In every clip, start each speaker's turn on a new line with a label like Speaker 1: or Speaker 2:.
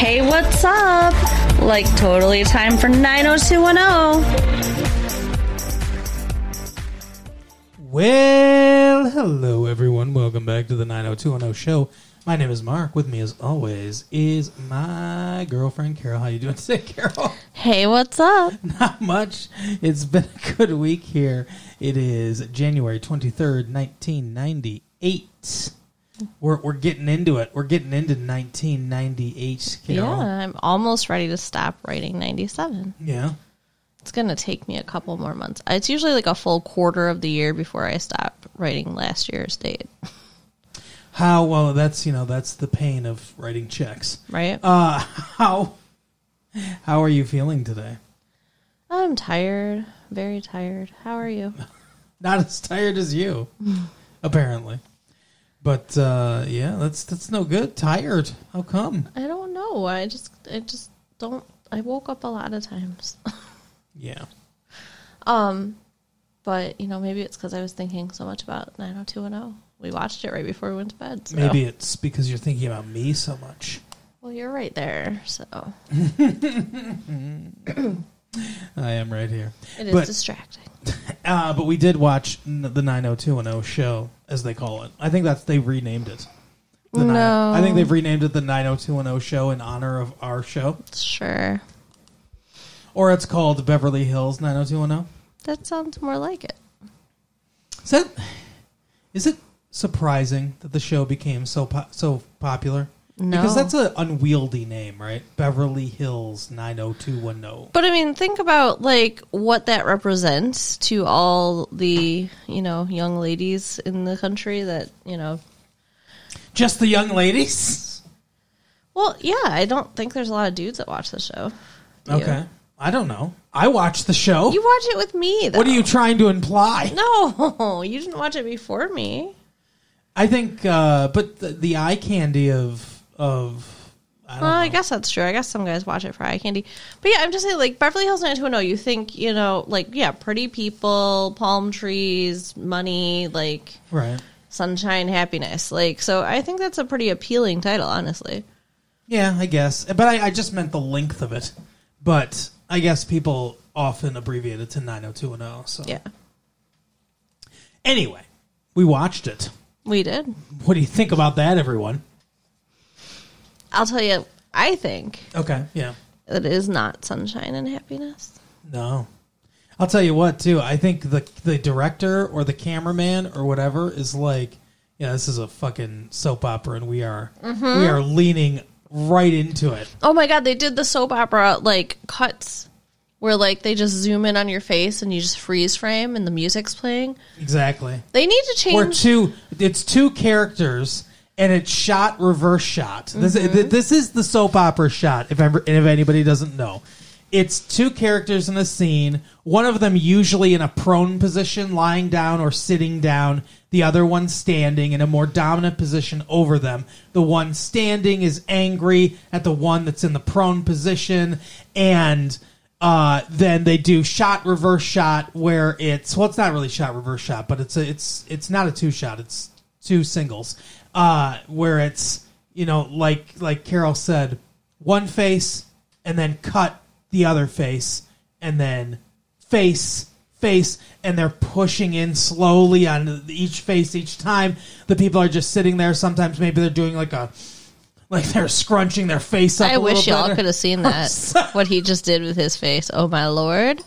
Speaker 1: Hey, what's up? Like, totally time for 90210.
Speaker 2: Well, hello everyone. Welcome back to the 90210 show. My name is Mark. With me as always is my girlfriend Carol. How you doing today, Carol?
Speaker 1: Hey, what's up?
Speaker 2: Not much. It's been a good week here. It is January 23rd, 1998. We're we're getting into it. We're getting into 1998, Carol.
Speaker 1: Yeah, I'm almost ready to stop writing 97.
Speaker 2: Yeah.
Speaker 1: It's going to take me a couple more months. It's usually like a full quarter of the year before I stop writing last year's date,
Speaker 2: How well that's, you know, that's the pain of writing checks.
Speaker 1: right?
Speaker 2: Uh how how are you feeling today?
Speaker 1: I'm tired, very tired. How are you?
Speaker 2: not as tired as you, apparently. But uh, yeah, that's that's no good. Tired? How come?
Speaker 1: I don't know. I just I just don't I woke up a lot of times.
Speaker 2: Yeah,
Speaker 1: Um, but you know, maybe it's because I was thinking so much about 90210. We watched it right before we went to bed. So.
Speaker 2: maybe it's because you're thinking about me so much.
Speaker 1: Well, you're right there. So
Speaker 2: I am right here.
Speaker 1: it is
Speaker 2: But-
Speaker 1: distracting.
Speaker 2: Uh, but we did watch n- the 90210 show, as they call it. I think that's they renamed it. The nine- oh,
Speaker 1: No.
Speaker 2: I think they've renamed it the 90210 show in honor of our show,
Speaker 1: Sure.
Speaker 2: or it's called Beverly Hills 90210.
Speaker 1: That sounds more like it.
Speaker 2: Is that is it surprising that the show became so po- so popular?
Speaker 1: No.
Speaker 2: because that's an unwieldy name, right? Beverly Hills nine hundred two one oh. zero.
Speaker 1: But I mean, think about like what that represents to all the, you know, young ladies in the country that, you know,
Speaker 2: Just the young ladies.
Speaker 1: well, yeah, I don't think there's a lot of dudes that watch the show. Do you?
Speaker 2: Okay, I don't know. I watched the show.
Speaker 1: You watch it with me though.
Speaker 2: what are you trying to imply?
Speaker 1: No, you didn't watch it before me.
Speaker 2: I think, uh, but the, the eye candy of of I don't
Speaker 1: Well, I
Speaker 2: know.
Speaker 1: guess that's true. I guess some guys watch it for eye candy. But yeah, I'm just saying, like, Beverly Hills 90210, oh, you think, you know, like, yeah, pretty people, palm trees, money, like,
Speaker 2: right.
Speaker 1: sunshine, happiness. Like, so I think that's a pretty appealing title, honestly.
Speaker 2: Yeah, I guess. But I, I just meant the length of it. But I guess people often abbreviate it to nine hundred two one zero. So
Speaker 1: Yeah,
Speaker 2: Anyway, we watched it.
Speaker 1: we did.
Speaker 2: What do you think about that, everyone?
Speaker 1: I'll tell you, I think
Speaker 2: Okay, yeah.
Speaker 1: that it is not sunshine and happiness.
Speaker 2: No. I'll tell you what, too. I think the the director or the cameraman or whatever is like, yeah, this is a fucking soap opera, and we are we are leaning right into it.
Speaker 1: Oh my God, they did the soap opera, like, cuts where, like, they just zoom in on your face and you just freeze frame and the music's playing.
Speaker 2: Exactly.
Speaker 1: They need to
Speaker 2: We're
Speaker 1: change.
Speaker 2: two. It's two characters, and it's shot reverse shot. This th- this is the soap opera shot. If ever, and if anybody doesn't know, it's two characters in a scene. One of them usually in a prone position, lying down or sitting down. The other one standing in a more dominant position over them. The one standing is angry at the one that's in the prone position, and uh, then they do shot reverse shot where it's well, it's not really shot reverse shot, but it's a, it's it's not a two shot. It's two singles uh, where it's you know like like Carol said, one face and then cut the other face and then face face and they're pushing in slowly on each face each time the people are just sitting there sometimes maybe they're doing like a like they're scrunching their face up I
Speaker 1: I wish y'all could have seen that. what he just did with his face. Oh my lord.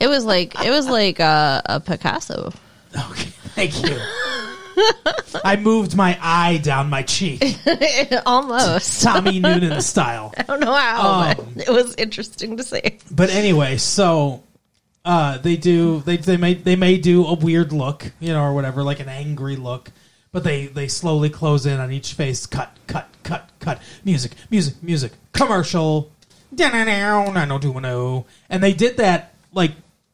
Speaker 1: It was like it was like a, a Picasso.
Speaker 2: Okay, thank you. I moved my eye down my cheek,
Speaker 1: Almost.
Speaker 2: Tommy Noonan style.
Speaker 1: I don't know how, but
Speaker 2: Um.
Speaker 1: it was interesting to see.
Speaker 2: But anyway, so uh, they do they they may they may do a weird look, you know, or whatever, like an angry look. But they they slowly close in on each face. Cut, cut, cut, cut. Music, music, music. Commercial. Da-na-na, 90210. And they did that like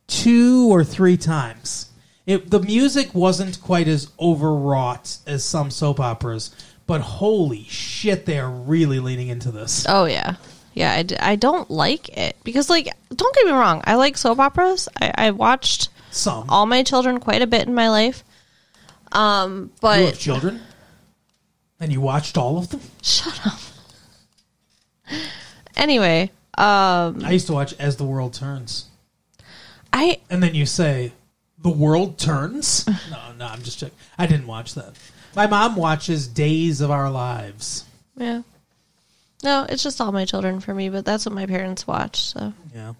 Speaker 2: two or three times. It, the music wasn't quite as overwrought as some soap operas, but holy shit, they are really leaning into this.
Speaker 1: Oh yeah. Yeah, I, d- I don't like it because like don't get me wrong, I like soap operas. I, I watched
Speaker 2: Some.
Speaker 1: all my children quite a bit in my life. Um,
Speaker 2: You have
Speaker 1: but
Speaker 2: children? And you watched all of them?
Speaker 1: shut up. Anyway, um,
Speaker 2: I used to watch As the World Turns,
Speaker 1: I
Speaker 2: and then you say, "The world turns." no, no, I'm just checking. I didn't watch that. My mom watches Days of Our Lives.
Speaker 1: yeah. No, it's just all my children for me, but that's what my parents watch. So,
Speaker 2: Yeah, What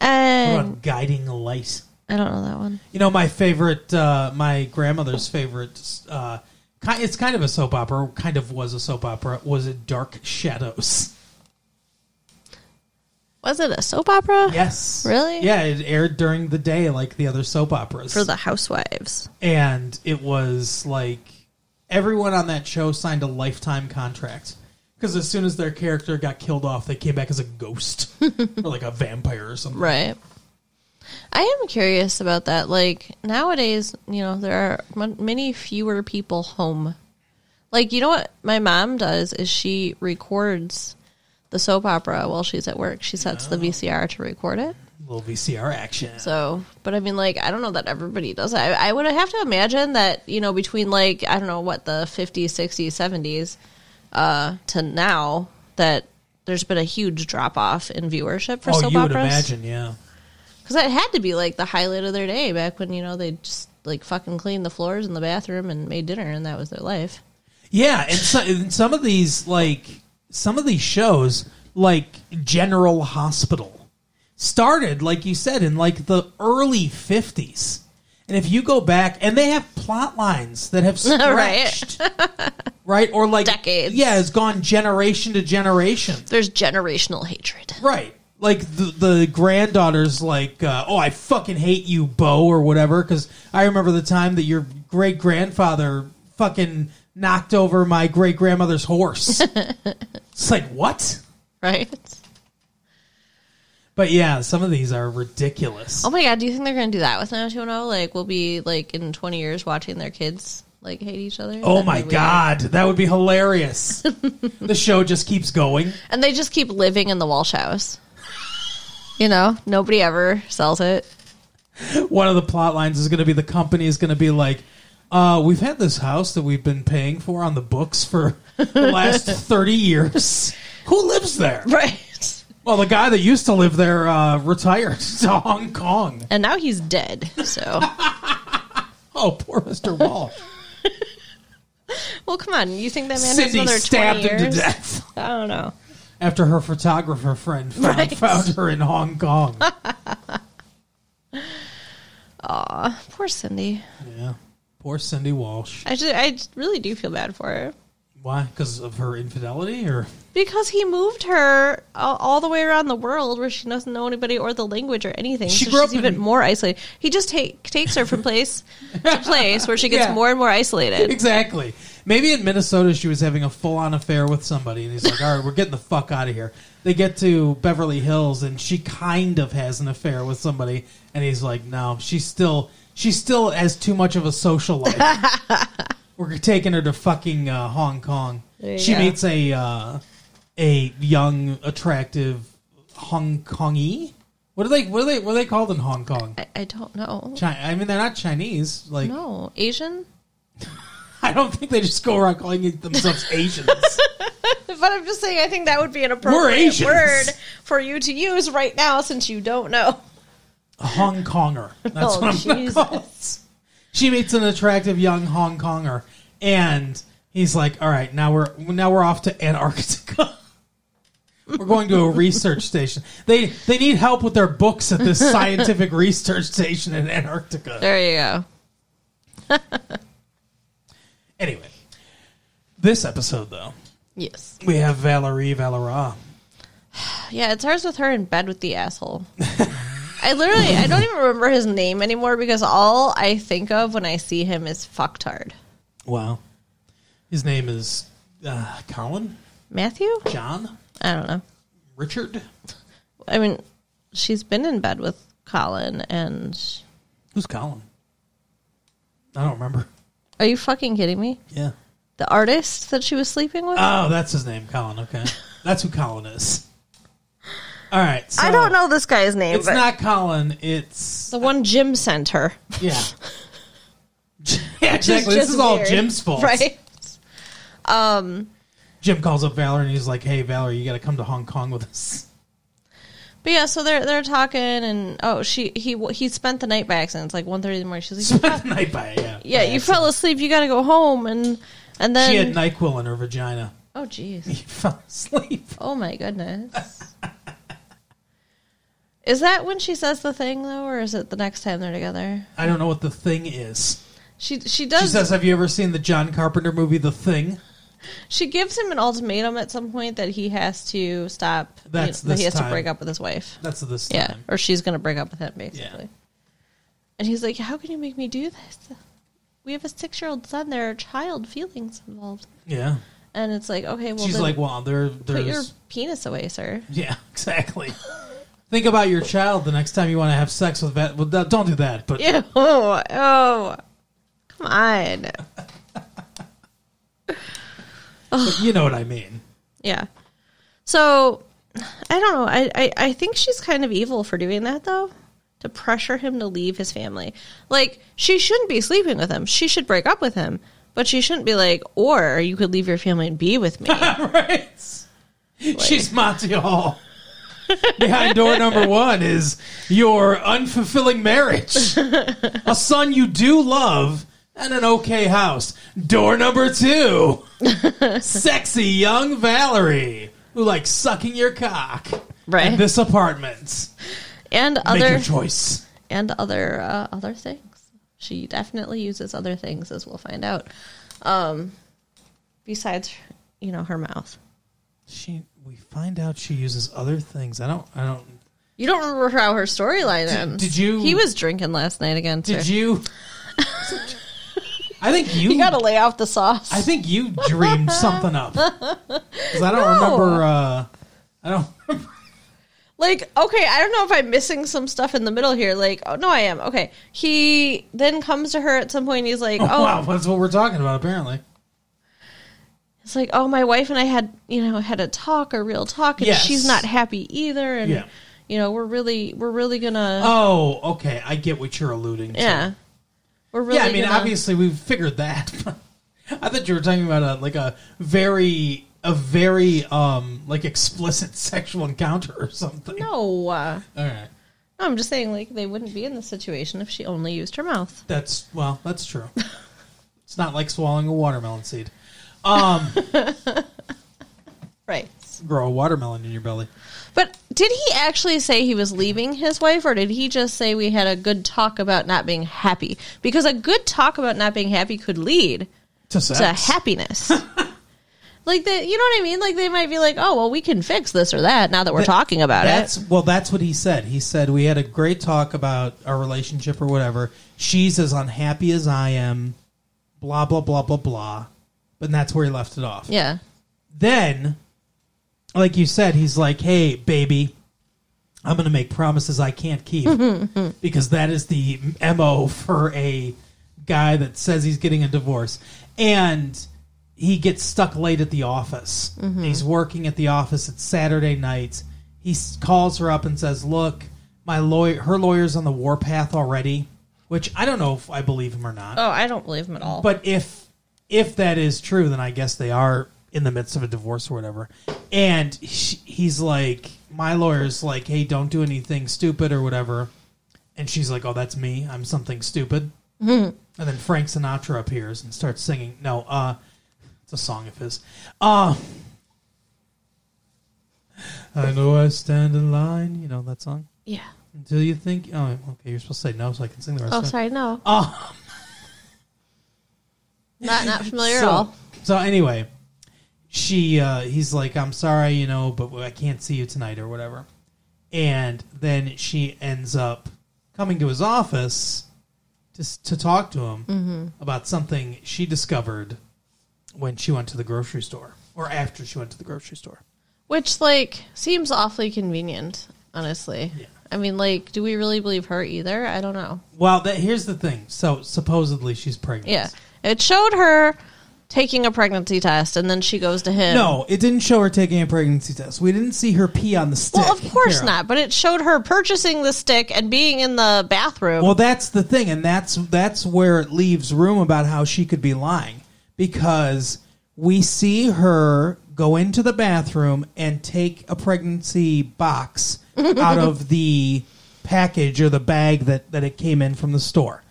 Speaker 1: and
Speaker 2: about Guiding Light.
Speaker 1: I don't know that one.
Speaker 2: You know, my favorite, uh, my grandmother's favorite. Uh, ki- it's kind of a soap opera. Kind of was a soap opera. Was it Dark Shadows?
Speaker 1: Was it a soap opera?
Speaker 2: Yes.
Speaker 1: Really?
Speaker 2: Yeah, it aired during the day, like the other soap operas.
Speaker 1: For the housewives.
Speaker 2: and it was like everyone on that show signed a lifetime contract because as soon as their character got killed off, they came back as a ghost or like a vampire or something.
Speaker 1: Right. I am curious about that. Like nowadays, you know, there are mon- many fewer people home. Like you know what my mom does is she records the soap opera while she's at work. She sets the VCR to record it.
Speaker 2: Little VCR action.
Speaker 1: So, but I mean, like I don't know that everybody does. that. I I would have to imagine that you know between like I don't know what the 50s, 60s, 70s uh, to now that there's been a huge drop off in viewership for
Speaker 2: oh,
Speaker 1: soap
Speaker 2: you would
Speaker 1: operas
Speaker 2: imagine, yeah.
Speaker 1: because it had to be like the highlight of their day back when you know they just like fucking cleaned the floors in the bathroom and made dinner and that was their life.
Speaker 2: Yeah, and, so, and some of these like some of these shows like General Hospital started like you said in like the early 50s. And if you go back and they have plot lines that have
Speaker 1: Right.
Speaker 2: stretched right, or like
Speaker 1: Decades.
Speaker 2: Yeah, it's gone generation to generation.
Speaker 1: There's generational hatred.
Speaker 2: Right. Like the, the granddaughter's like, uh, oh, I fucking hate you, Bo, or whatever. Because I remember the time that your great grandfather fucking knocked over my great grandmother's horse. it's like, what?
Speaker 1: Right?
Speaker 2: But yeah, some of these are ridiculous.
Speaker 1: Oh my god, do you think they're gonna do that with 90210? Like we'll be like in twenty years watching their kids like hate each other?
Speaker 2: Oh
Speaker 1: That'd be
Speaker 2: my
Speaker 1: weird.
Speaker 2: god, that would be hilarious. the show just keeps going.
Speaker 1: And they just keep living in the Walsh house. You know? Nobody ever sells it.
Speaker 2: one of the plot lines is going to be the company is going to be like, uh, we've had this house that we've been paying for on the books for the last 30 years. Who lives there?
Speaker 1: Right.
Speaker 2: Well, the guy that used to live there uh, retired to Hong Kong.
Speaker 1: And now he's dead. So
Speaker 2: Oh, poor Mr. Wall.
Speaker 1: Well come on, you think that man has
Speaker 2: Cindy
Speaker 1: another
Speaker 2: stabbed
Speaker 1: twenty
Speaker 2: him
Speaker 1: years?
Speaker 2: to death
Speaker 1: I don't know.
Speaker 2: after her photographer friend found,
Speaker 1: Right.
Speaker 2: found her in Hong Kong.
Speaker 1: Poor Cindy.
Speaker 2: yeah. Poor Cindy Walsh.
Speaker 1: I just, I really do feel bad for her
Speaker 2: Why? Because of her infidelity or
Speaker 1: because he moved her all, all the way around the world where she doesn't know anybody or the language or anything.
Speaker 2: She
Speaker 1: so
Speaker 2: grew
Speaker 1: she's
Speaker 2: up in-
Speaker 1: even more isolated. He just take, takes her from place to place where she gets
Speaker 2: Yeah.
Speaker 1: more and more isolated.
Speaker 2: Exactly. Maybe in Minnesota she was having a full on affair with somebody, and he's like, "All right, we're getting the fuck out of here." They get to Beverly Hills, and she kind of has an affair with somebody, and he's like, "No, she's still she still has too much of a social life." we're taking her to fucking uh, Hong Kong.
Speaker 1: There you
Speaker 2: She
Speaker 1: go.
Speaker 2: meets a uh, a young, attractive Hong Kongie. What are they? What are they? What are they called in Hong Kong?
Speaker 1: I, I don't know.
Speaker 2: Chi- I mean, they're not Chinese. Like,
Speaker 1: No, Asian?
Speaker 2: I don't think they just go around calling themselves Asians.
Speaker 1: But I'm just saying, I think that would be an appropriate
Speaker 2: Asians.
Speaker 1: word for you to use right now since you don't know.
Speaker 2: A Hong Konger. That's
Speaker 1: Oh,
Speaker 2: what I'm gonna call it. She meets an attractive young Hong Konger, and he's like, "All right, now we're now we're off to Antarctica. we're going to a research station. They they need help with their books at this scientific research station in Antarctica.
Speaker 1: There you go.
Speaker 2: Anyway, this episode though,
Speaker 1: Yes.
Speaker 2: we have Valerie Valera.
Speaker 1: Yeah, it starts with her in bed with the asshole. I literally, I don't even remember his name anymore because all I think of when I see him is fucktard.
Speaker 2: Wow, his name is uh, Colin
Speaker 1: Matthew?
Speaker 2: John
Speaker 1: I don't know.
Speaker 2: Richard.
Speaker 1: I mean, she's been in bed with Colin and.
Speaker 2: Who's Colin? I don't remember.
Speaker 1: Are you fucking kidding me?
Speaker 2: Yeah.
Speaker 1: The artist that she was sleeping with?
Speaker 2: Oh, that's his name, Colin. Okay, that's who Colin is. All right. So
Speaker 1: I don't know this guy's name,
Speaker 2: It's
Speaker 1: but
Speaker 2: not Colin. It's
Speaker 1: the one Jim sent her.
Speaker 2: yeah. yeah, exactly. This
Speaker 1: just
Speaker 2: is all
Speaker 1: weird,
Speaker 2: Jim's fault,
Speaker 1: Right? Um,
Speaker 2: Jim calls up Valerie and he's like, "Hey, Valerie, you got to come to Hong Kong with us."
Speaker 1: But yeah, so they're they're talking, and oh, she he he spent the night by accident. It's like 1.30 in the morning. She's like,
Speaker 2: Spent the night by yeah.
Speaker 1: yeah, you fell asleep. You got to go home, and and
Speaker 2: She had
Speaker 1: then
Speaker 2: Nyquil in her vagina.
Speaker 1: oh jeez,
Speaker 2: He fell asleep.
Speaker 1: oh my goodness. Is that when she says the thing though, or is it the next time they're together?
Speaker 2: I don't know what the thing is.
Speaker 1: She she
Speaker 2: She
Speaker 1: does.
Speaker 2: says, "Have you ever seen the John Carpenter movie, The Thing?"
Speaker 1: She gives him an ultimatum at some point that he has to stop. you
Speaker 2: That's
Speaker 1: know, that
Speaker 2: this
Speaker 1: he has
Speaker 2: time.
Speaker 1: to break up with his wife.
Speaker 2: That's this
Speaker 1: Yeah,
Speaker 2: time.
Speaker 1: or she's going to break up with him basically. And he's like, "How can you make me do this? We have a six-year-old son. There are child feelings involved."
Speaker 2: Yeah.
Speaker 1: And it's like, okay, well,
Speaker 2: She's
Speaker 1: then
Speaker 2: like, "Well, there,
Speaker 1: put your
Speaker 2: there's
Speaker 1: penis away, sir.
Speaker 2: yeah, exactly." Think about your child the next time you want to have sex with that. Well, don't don't do that. But
Speaker 1: Ew, oh, come on.
Speaker 2: but you know what I mean.
Speaker 1: Yeah. So I don't know. I, I, I think she's kind of evil for doing that though. To pressure him to leave his family. Like, she shouldn't be sleeping with him. She should break up with him. But she shouldn't be like, or you could leave your family and be with me.
Speaker 2: right? She's Monty Hall. Behind door number one is your unfulfilling marriage, a son you do love, and an okay house. Door number two, sexy young Valerie who likes sucking your cock.
Speaker 1: Right.
Speaker 2: In this apartment,
Speaker 1: and
Speaker 2: make
Speaker 1: other
Speaker 2: your choice.
Speaker 1: and other uh, other things. She definitely uses other things, as we'll find out. Um, besides, you know, her mouth.
Speaker 2: She, we find out she uses other things. I don't, I don't.
Speaker 1: You don't remember how her storyline ends.
Speaker 2: did you-
Speaker 1: He was drinking last night again too.
Speaker 2: Did you? I think you,
Speaker 1: you got to lay off the sauce.
Speaker 2: I think you dreamed something up. 'Cause I don't remember. Uh, I don't.
Speaker 1: like okay i don't know if i'm missing some stuff in the middle here like oh no i am okay he then comes to her at some point and he's like oh,
Speaker 2: Wow, that's what we're talking about. Apparently,
Speaker 1: it's like oh my wife and i had you know had a talk a real talk and
Speaker 2: Yes.
Speaker 1: she's not happy either and
Speaker 2: Yeah.
Speaker 1: you know we're really we're really gonna
Speaker 2: Oh, okay. I get what you're alluding to.
Speaker 1: yeah we're really
Speaker 2: yeah. I mean,
Speaker 1: gonna,
Speaker 2: obviously, we've figured that. I thought you were talking about a like a very a very um like explicit sexual encounter or something.
Speaker 1: no uh,
Speaker 2: All right.
Speaker 1: no, i'm just saying like they wouldn't be in this situation if she only used her mouth
Speaker 2: That's well, that's true. it's not like swallowing a watermelon seed.
Speaker 1: right
Speaker 2: Grow a watermelon in your belly.
Speaker 1: but did he actually say he was leaving his wife, or did he just say we had a good talk about not being happy? Because a good talk about not being happy could lead
Speaker 2: To
Speaker 1: to
Speaker 2: sex.
Speaker 1: happiness. like the, you know what I mean? Like they might be like, oh well, we can fix this or that now that we're talking about it.
Speaker 2: That's well. That's what he said. He said we had a great talk about our relationship or whatever. She's as unhappy as I am. Blah blah blah blah blah. And that's where he left it off.
Speaker 1: Yeah,
Speaker 2: Then, like you said, he's like, "Hey, baby, I'm going to make promises I can't keep because that is the mo for a guy that says he's getting a divorce." And he gets stuck late at the office. He's working at the office. It's Saturday night. He s- calls her up and says, "Look, my lawyer, her lawyer's on the warpath already," which I don't know if I believe him or not.
Speaker 1: Oh, I don't believe him at all.
Speaker 2: But if if that is true, then I guess they are in the midst of a divorce or whatever. And sh he's like, my lawyer's like, hey, don't do anything stupid or whatever. And she's like, oh, that's me. I'm something stupid. And then Frank Sinatra appears and starts singing. No, uh, it's a song of his. Uh, I know I stand in line. You know that song.
Speaker 1: yeah.
Speaker 2: Until you think, oh, okay, you're supposed to say no, so I can sing the rest.
Speaker 1: Oh,
Speaker 2: of it.
Speaker 1: sorry, no,
Speaker 2: Oh.
Speaker 1: not not familiar
Speaker 2: so,
Speaker 1: at all.
Speaker 2: So anyway, she uh, he's like, "I'm sorry, you know, but I can't see you tonight or whatever." And then she ends up coming to his office to s- to talk to him
Speaker 1: Mm-hmm.
Speaker 2: about something she discovered when she went to the grocery store or after she went to the grocery store.
Speaker 1: Which like seems awfully convenient, honestly. I mean, like, do we really believe her either? I don't know.
Speaker 2: Well, that here's the thing. So supposedly she's pregnant.
Speaker 1: Yeah, it showed her taking a pregnancy test, and then she goes to him.
Speaker 2: No, it didn't show her taking a pregnancy test. We didn't see her pee on the stick.
Speaker 1: Well, of course
Speaker 2: Kara.
Speaker 1: not, but it showed her purchasing the stick and being in the bathroom.
Speaker 2: Well, that's the thing, and that's that's where it leaves room about how she could be lying because we see her go into the bathroom and take a pregnancy box out of the package or the bag that, that it came in from the store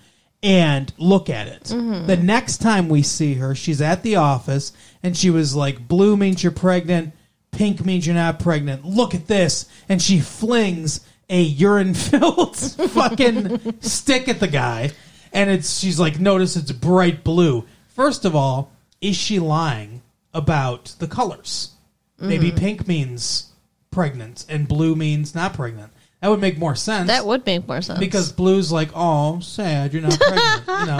Speaker 2: and look at it. The next time we see her, she's at the office and she was like, Blue means you're pregnant, pink means you're not pregnant. Look at this. And she flings a urine filled fucking stick at the guy. And it's she's like, notice it's bright blue. First of all, is she lying about the colors? Maybe pink means pregnant and blue means not pregnant. That would make more sense.
Speaker 1: That would make more sense.
Speaker 2: Because blue's like, oh, I'm sad, you're not pregnant. you know,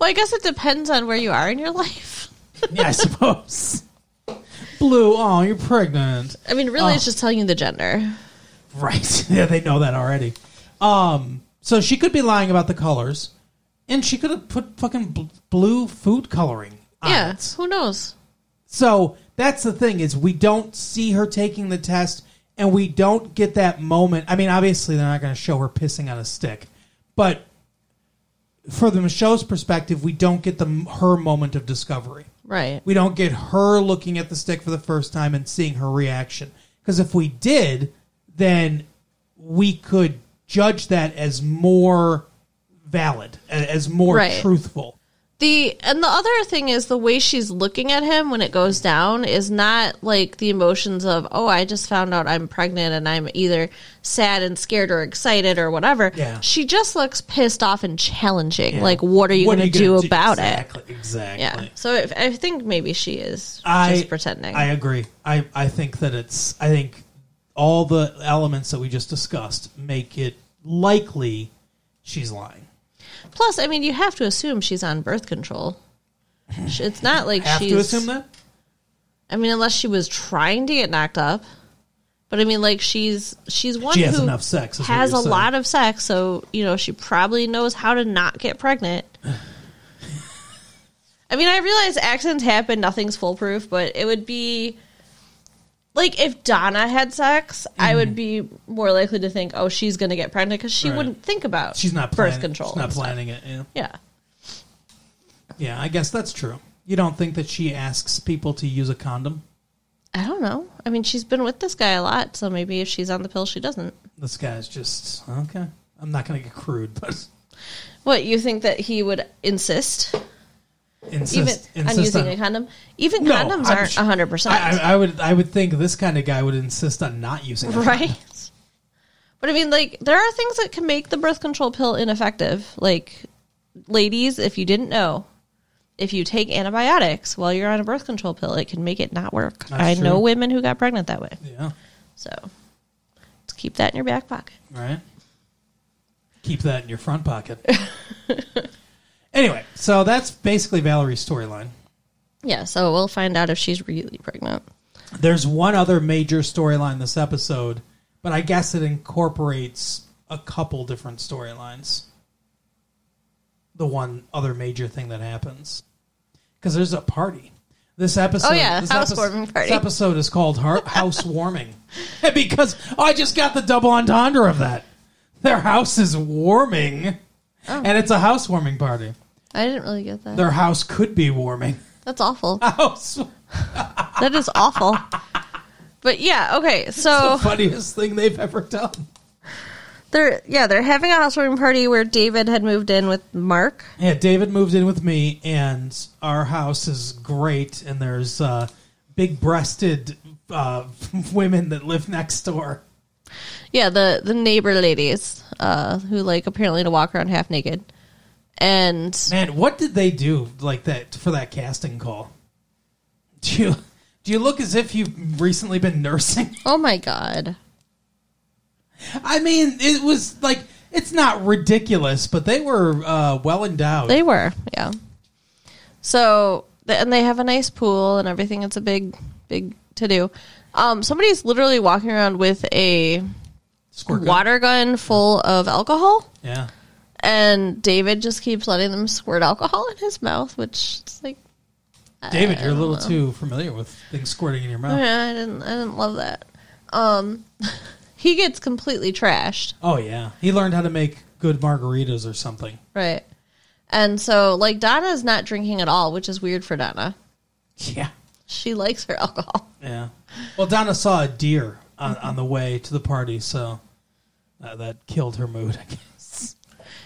Speaker 1: well, I guess it depends on where you are in your life.
Speaker 2: yeah, I suppose. Blue, oh, you're pregnant.
Speaker 1: I mean, really,
Speaker 2: Oh.
Speaker 1: it's just telling you the gender.
Speaker 2: Right. yeah, they know that already. Um, so she could be lying about the colors, and she could have put fucking bl- blue food coloring on
Speaker 1: yeah,
Speaker 2: it.
Speaker 1: who knows?
Speaker 2: So that's the thing is we don't see her taking the test and we don't get that moment. I mean, obviously they're not going to show her pissing on a stick, but for the show's perspective, we don't get the her moment of discovery.
Speaker 1: Right.
Speaker 2: We don't get her looking at the stick for the first time and seeing her reaction. Because if we did, then we could judge that as more valid, a- as more
Speaker 1: Right.
Speaker 2: truthful.
Speaker 1: The and the other thing is the way she's looking at him when it goes down is not like the emotions of oh I just found out I'm pregnant and I'm either sad and scared or excited or whatever.
Speaker 2: Yeah.
Speaker 1: She just looks pissed off and challenging. Like what are you going to do
Speaker 2: gonna
Speaker 1: about it?
Speaker 2: Exactly. Exactly.
Speaker 1: Yeah. So if, I think maybe she is
Speaker 2: I,
Speaker 1: just pretending.
Speaker 2: I agree. I, I think that it's I think all the elements that we just discussed make it likely she's lying.
Speaker 1: Plus, I mean, you have to assume she's on birth control. Sh- It's not like
Speaker 2: Have
Speaker 1: she's
Speaker 2: to assume that?
Speaker 1: I mean, unless she was trying to get knocked up. But I mean, like she's she's one
Speaker 2: She has
Speaker 1: who
Speaker 2: enough sex, is what
Speaker 1: has a
Speaker 2: you're saying.
Speaker 1: lot of sex, so you know she probably knows how to not get pregnant. I mean, I realize accidents happen; nothing's foolproof, but it would be like if Donna had sex, I would be more likely to think, "Oh, she's going to get pregnant," because she
Speaker 2: Mm-hmm. Right.
Speaker 1: wouldn't think about
Speaker 2: She's not planning,
Speaker 1: birth control.
Speaker 2: She's not
Speaker 1: and stuff.
Speaker 2: planning it. Yeah.
Speaker 1: Yeah,
Speaker 2: yeah, I guess that's true. You don't think that she asks people to use a condom?
Speaker 1: I don't know. I mean, she's been with this guy a lot, so maybe if she's on the pill, she doesn't.
Speaker 2: This guy's just okay. I'm not going to get crude, but
Speaker 1: What you think that he would insist,
Speaker 2: insist,
Speaker 1: even on
Speaker 2: insist
Speaker 1: using
Speaker 2: on,
Speaker 1: a condom? Even
Speaker 2: No,
Speaker 1: condoms
Speaker 2: I'm
Speaker 1: aren't
Speaker 2: su-
Speaker 1: hundred
Speaker 2: I,
Speaker 1: percent,
Speaker 2: I- I would I would think this kind of guy would insist on not using a condom.
Speaker 1: right? But I mean, like there are things that can make the birth control pill ineffective. Like, ladies, if you didn't know, if you take antibiotics while you're on a birth control pill, it can make it not work.
Speaker 2: That's
Speaker 1: I
Speaker 2: true.
Speaker 1: know women who got pregnant that way,
Speaker 2: Yeah.
Speaker 1: so let's keep that in your back pocket.
Speaker 2: Right. Keep that in your front pocket. anyway, so that's basically Valerie's storyline.
Speaker 1: Yeah, so we'll find out if she's really pregnant.
Speaker 2: There's one other major storyline this episode, but I guess it incorporates a couple different storylines. The one other major thing that happens because there's a party. This episode,
Speaker 1: Oh, yeah,
Speaker 2: this
Speaker 1: housewarming
Speaker 2: episode,
Speaker 1: party.
Speaker 2: This episode is called Har- "Housewarming" because I just got the double entendre of that. Their house is warming,
Speaker 1: Oh.
Speaker 2: and it's a housewarming party.
Speaker 1: I didn't really get that.
Speaker 2: Their house could be warming.
Speaker 1: That's awful.
Speaker 2: House,
Speaker 1: that is awful. But yeah, okay.
Speaker 2: the
Speaker 1: So
Speaker 2: funniest thing they've ever done.
Speaker 1: they're yeah, they're having a housewarming party where David had moved in with Mark.
Speaker 2: Yeah, David moved in with me, and our house is great. And there's uh, big-breasted uh, women that live next door.
Speaker 1: Yeah, the the neighbor ladies uh who like apparently to walk around half naked. And
Speaker 2: Man, what did they do like that for that casting call? Do you do you look as if you've recently been nursing?
Speaker 1: oh my god.
Speaker 2: I mean, it was like it's not ridiculous, but they were uh, well endowed.
Speaker 1: They were, yeah. So th- and they have a nice pool and everything. It's a big big to do. Um somebody's literally walking around with a
Speaker 2: Squirt gun.
Speaker 1: water gun full of alcohol.
Speaker 2: Yeah,
Speaker 1: and David just keeps letting them squirt alcohol in his mouth, which is like
Speaker 2: David, you're a little
Speaker 1: Uh,
Speaker 2: too familiar with things squirting in your mouth.
Speaker 1: yeah, I didn't I didn't love that. Um, he gets completely trashed,
Speaker 2: Oh yeah, he learned how to make good margaritas or something.
Speaker 1: right? And so like Donna's not drinking at all, which is weird for Donna.
Speaker 2: Yeah.
Speaker 1: She likes her alcohol.
Speaker 2: Yeah. Well, Donna saw a deer on, on the way to the party, so uh, that killed her mood, I guess.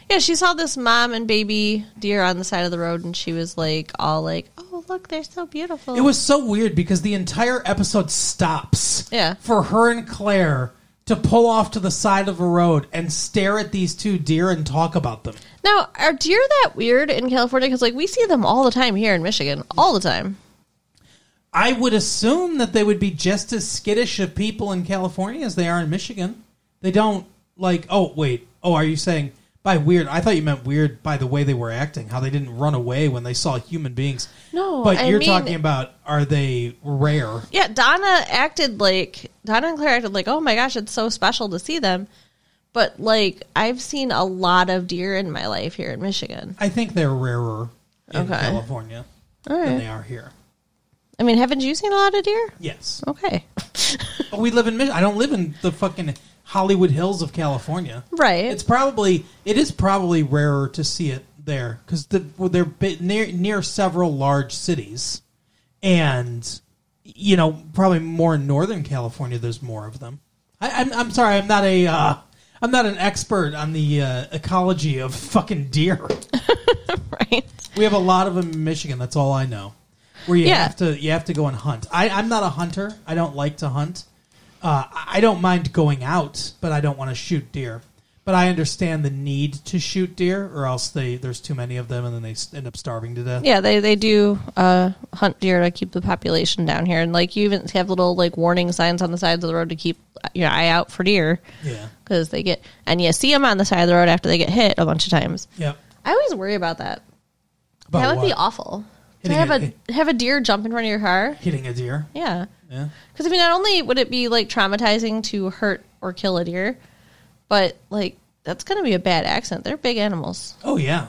Speaker 1: Yeah, she saw this mom and baby deer on the side of the road, and she was like, all like, "Oh, look, they're so beautiful."
Speaker 2: It was so weird because the entire episode stops
Speaker 1: Yeah.
Speaker 2: for her and Claire to pull off to the side of a road and stare at these two deer and talk about them.
Speaker 1: now are deer that weird in California? Because like we see them all the time here in Michigan, all the time.
Speaker 2: I would assume that they would be just as skittish of people in California as they are in Michigan. They don't like. Oh wait. Oh, are you saying by weird? I thought you meant weird by the way they were acting, how they didn't run away when they saw human beings.
Speaker 1: No,
Speaker 2: but
Speaker 1: I
Speaker 2: you're
Speaker 1: mean-
Speaker 2: talking about are they rare?
Speaker 1: Yeah, Donna acted like Donna and Claire acted like, "Oh my gosh, it's so special to see them." But like, I've seen a lot of deer in my life here in Michigan.
Speaker 2: I think they're rarer in
Speaker 1: Okay.
Speaker 2: California
Speaker 1: All
Speaker 2: than
Speaker 1: right.
Speaker 2: they are here.
Speaker 1: I mean, haven't you seen a lot of deer?
Speaker 2: Yes,
Speaker 1: Okay,
Speaker 2: but we live in Michigan. I don't live in the fucking Hollywood Hills of California.
Speaker 1: right?
Speaker 2: It's probably it is probably rarer to see it there because the, well, they're bit near near several large cities, and you know probably more in Northern California. There's more of them. I, I'm I'm sorry, I'm not a uh, I'm not an expert on the uh, ecology of fucking deer.
Speaker 1: right.
Speaker 2: We have a lot of them in Michigan. That's all I know. Where you
Speaker 1: Yeah.
Speaker 2: have to you have to go and hunt. I, I'm not a hunter. I don't like to hunt. Uh, I I don't mind going out, but I don't want to shoot deer. But I understand the need to shoot deer, or else they there's too many of them, and then they s- end up starving to death.
Speaker 1: Yeah, they they do uh, hunt deer to keep the population down here, and like you even have little like warning signs on the sides of the road to keep your eye out for deer
Speaker 2: Yeah.
Speaker 1: because they get and you see them on the side of the road after they get hit a bunch of times.
Speaker 2: Yep.
Speaker 1: I always worry about that.
Speaker 2: About
Speaker 1: that would be
Speaker 2: what?
Speaker 1: awful. To
Speaker 2: Hitting
Speaker 1: have
Speaker 2: it-
Speaker 1: a have a deer jump in front of your car.
Speaker 2: Hitting a deer.
Speaker 1: Yeah,
Speaker 2: Yeah.
Speaker 1: because I mean, not only would it be like traumatizing to hurt or kill a deer, but like that's going to be a bad accident. They're big animals,
Speaker 2: Oh yeah.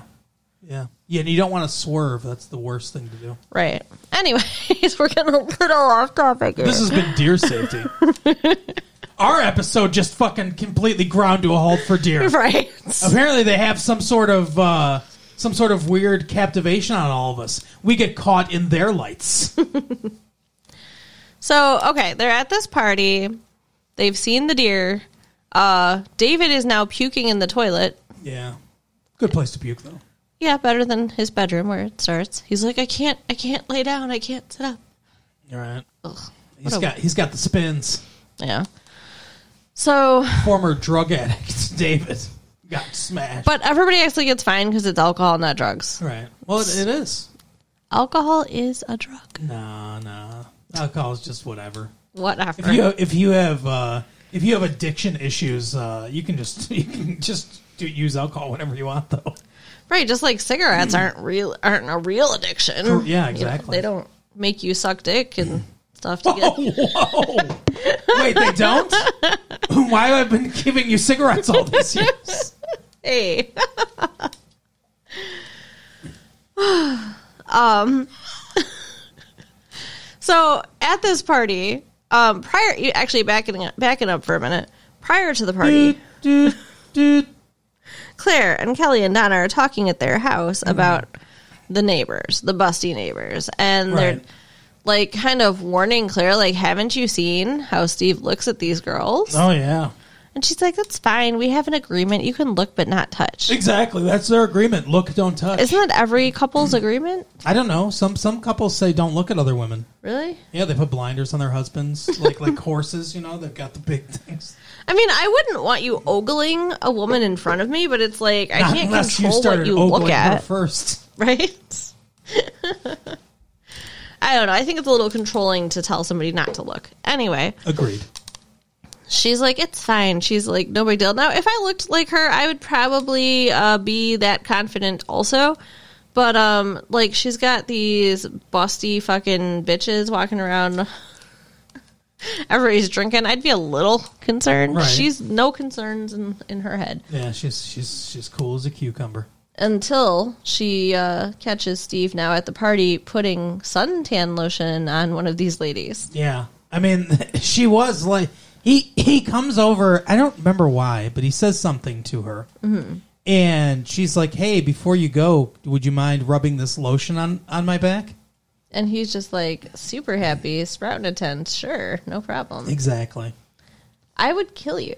Speaker 2: Yeah. Yeah. And you don't want to swerve. That's the worst thing to do.
Speaker 1: right? Anyways, we're gonna get off topic. Here.
Speaker 2: This has been deer safety. Our episode just fucking completely ground to a halt for deer.
Speaker 1: right.
Speaker 2: Apparently, they have some sort of uh, some sort of weird captivation on all of us. We get caught in their lights.
Speaker 1: So, okay, they're at this party. They've seen the deer. Uh, David is now puking in the toilet.
Speaker 2: yeah, good place to puke though.
Speaker 1: Yeah, better than his bedroom where it starts. He's like, I can't, I can't lay down. I can't sit up.
Speaker 2: All right,
Speaker 1: Ugh.
Speaker 2: he's
Speaker 1: What a-
Speaker 2: got he's got the spins.
Speaker 1: Yeah. So,
Speaker 2: Former drug addict David got smashed.
Speaker 1: but everybody actually gets fine because it's alcohol, not drugs.
Speaker 2: All right, well it, it is.
Speaker 1: Alcohol is a drug.
Speaker 2: Nah, nah, alcohol is just whatever.
Speaker 1: Whatever.
Speaker 2: If you if you have uh, if you have addiction issues, uh, you can just you can just do, use alcohol whenever you want though.
Speaker 1: right, just like cigarettes aren't real, aren't a real addiction. You know,
Speaker 2: exactly. Mm.
Speaker 1: they don't make you suck dick and stuff to get.
Speaker 2: Whoa, whoa. Wait, they don't? Why have I been giving you cigarettes all these years?
Speaker 1: Hey. um. Um, so at this party, um, prior you- actually backing up- backing up for a minute. Prior to the party,
Speaker 2: Doot, doot, doot.
Speaker 1: Claire and Kelly and Donna are talking at their house
Speaker 2: Mm-hmm.
Speaker 1: about the neighbors, the busty neighbors, and they're
Speaker 2: Right.
Speaker 1: like kind of warning Claire, like, "Haven't you seen how Steve looks at these girls?"
Speaker 2: Oh, yeah.
Speaker 1: And she's like, "That's fine. We have an agreement. You can look but not touch."
Speaker 2: Exactly. That's their agreement. Look, don't touch.
Speaker 1: Isn't that every couple's agreement?
Speaker 2: I don't know. Some some couples say don't look at other women.
Speaker 1: Really?
Speaker 2: Yeah, they put blinders on their husbands, like like horses, you know, they've got the big things.
Speaker 1: I mean, I wouldn't want you ogling a woman in front of me, but it's like I can't control what you
Speaker 2: ogling
Speaker 1: look
Speaker 2: her
Speaker 1: at,
Speaker 2: first.
Speaker 1: right? I don't know. I think it's a little controlling to tell somebody not to look. Anyway,
Speaker 2: Agreed.
Speaker 1: she's like, "It's fine." She's like, "No big deal." Now, if I looked like her, I would probably uh, be that confident, also. But um, like she's got these busty fucking bitches walking around. Everybody's drinking. I'd be a little concerned.
Speaker 2: Right.
Speaker 1: She's no concerns in in her head
Speaker 2: Yeah, she's she's she's cool as a cucumber.
Speaker 1: until she uh, catches Steve now at the party putting suntan lotion on one of these ladies.
Speaker 2: Yeah. I mean, she was like he he comes over, I don't remember why, but he says something to her.
Speaker 1: Mm-hmm.
Speaker 2: And she's like, "Hey, before you go, would you mind rubbing this lotion on on my back?"
Speaker 1: And he's just like super happy, sprouting a tent. Sure, no problem.
Speaker 2: Exactly.
Speaker 1: I would kill you.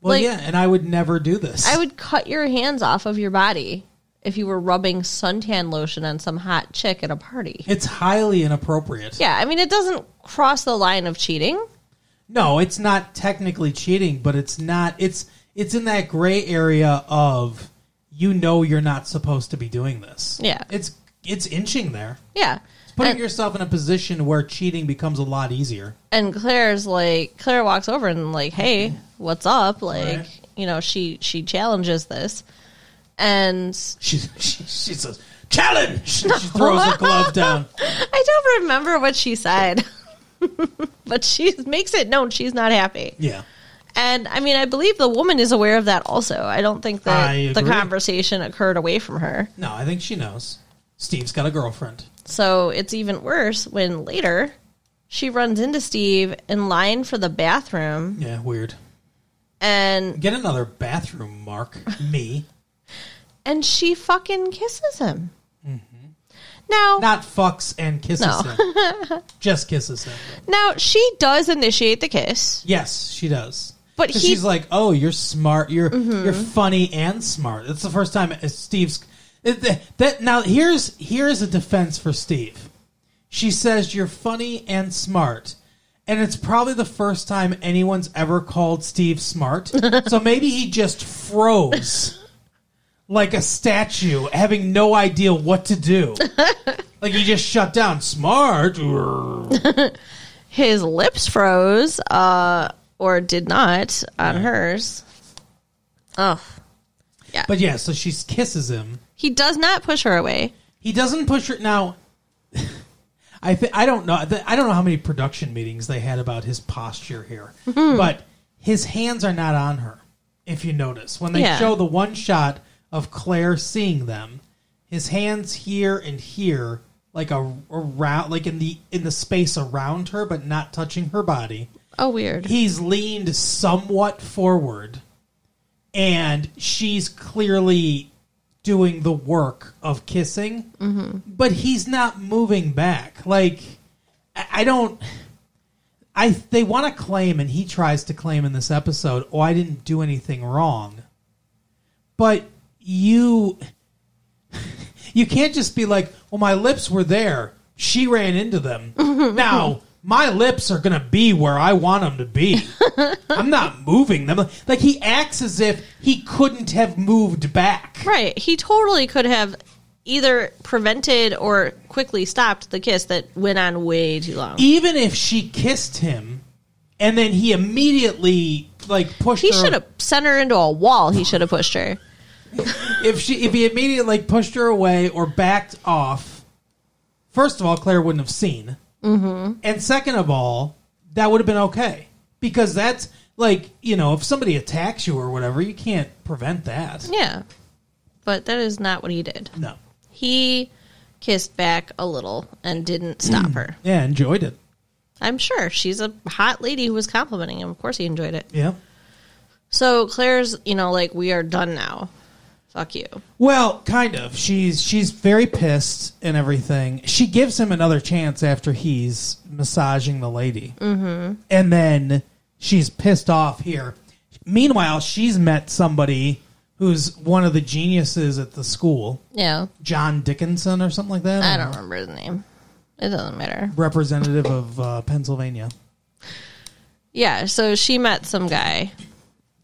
Speaker 2: Well,
Speaker 1: like,
Speaker 2: yeah, and I would never do this.
Speaker 1: I would cut your hands off of your body if you were rubbing suntan lotion on some hot chick at a party.
Speaker 2: It's highly inappropriate.
Speaker 1: Yeah, I mean, it doesn't cross the line of cheating.
Speaker 2: No, it's not technically cheating, but it's not. It's it's in that gray area of you know you're not supposed to be doing this.
Speaker 1: Yeah.
Speaker 2: it's it's inching there.
Speaker 1: Yeah.
Speaker 2: It's putting
Speaker 1: And-
Speaker 2: yourself in a position where cheating becomes a lot easier.
Speaker 1: and Claire's like Claire walks over and like, "Hey, what's up?" Like,
Speaker 2: Right.
Speaker 1: you know, she she challenges this. And
Speaker 2: She's she, she says challenge. She throws a glove down.
Speaker 1: I don't remember what she said. but she makes it known she's not happy.
Speaker 2: Yeah,
Speaker 1: And I mean, I believe the woman is aware of that also. I don't think that
Speaker 2: I
Speaker 1: the
Speaker 2: agree.
Speaker 1: conversation occurred away from her.
Speaker 2: no, I think she knows. Steve's got a girlfriend.
Speaker 1: So it's even worse when later she runs into Steve in line for the bathroom
Speaker 2: Yeah, weird.
Speaker 1: and
Speaker 2: Get another bathroom, Mark. Me.
Speaker 1: and she fucking kisses him.
Speaker 2: Mm-hmm.
Speaker 1: Now,
Speaker 2: Not fucks and kisses
Speaker 1: No.
Speaker 2: him. Just kisses him.
Speaker 1: now she does initiate the kiss.
Speaker 2: Yes, she does.
Speaker 1: But
Speaker 2: 'Cause
Speaker 1: he- Mm-hmm.
Speaker 2: she's like, "Oh, you're smart. You're you're funny and smart." That's the first time uh, Steve's it- th- that now here's here's a defense for Steve. She says you're funny and smart. And it's probably the first time anyone's ever called Steve smart. so maybe he just froze like a statue, having no idea what to do. like he just shut down. Smart.
Speaker 1: His lips froze, uh, or did not on hers. Oh,
Speaker 2: But yeah, so she kisses him.
Speaker 1: he does not push her away.
Speaker 2: He doesn't push her now. I th- I don't know. th- I don't know how many production meetings they had about his posture here, but his hands are not on her. If you notice, when they
Speaker 1: Yeah.
Speaker 2: show the one shot of Claire seeing them, his hands here and here, like a around, like in the in the space around her, but not touching her body.
Speaker 1: Oh, weird.
Speaker 2: He's leaned somewhat forward, and she's clearly doing the work of kissing, but he's not moving back. Like, I I don't. I they want to claim, and he tries to claim in this episode, "Oh, I didn't do anything wrong," but you you can't just be like, well, my lips were there. She ran into them. now, my lips are going to be where I want them to be. I'm not moving them. Like, he acts as if he couldn't have moved back.
Speaker 1: Right. He totally could have either prevented or quickly stopped the kiss that went on way too long.
Speaker 2: Even if she kissed him and then he immediately, like, pushed
Speaker 1: He
Speaker 2: her.
Speaker 1: should have sent her into a wall. He should have pushed her.
Speaker 2: If, she, if he immediately, like, pushed her away or backed off, first of all, Claire wouldn't have seen. And second of all, that would have been okay because that's like you know if somebody attacks you or whatever, you can't prevent that.
Speaker 1: Yeah. But that is not what he did.
Speaker 2: No,
Speaker 1: He kissed back a little and didn't stop her.
Speaker 2: yeah, enjoyed it.
Speaker 1: I'm sure she's a hot lady who was complimenting him. Of course he enjoyed it.
Speaker 2: Yeah.
Speaker 1: So Claire's, you know, like, we are done now. Fuck you.
Speaker 2: Well, kind of. She's she's very pissed and everything. She gives him another chance after he's massaging the lady, mm-hmm. and then she's pissed off here. Meanwhile, she's met somebody who's one of the geniuses at the school,
Speaker 1: Yeah.
Speaker 2: John Dickinson or something like that.
Speaker 1: I
Speaker 2: or-
Speaker 1: don't remember his name. It doesn't matter.
Speaker 2: representative of uh, Pennsylvania.
Speaker 1: Yeah, so she met some guy,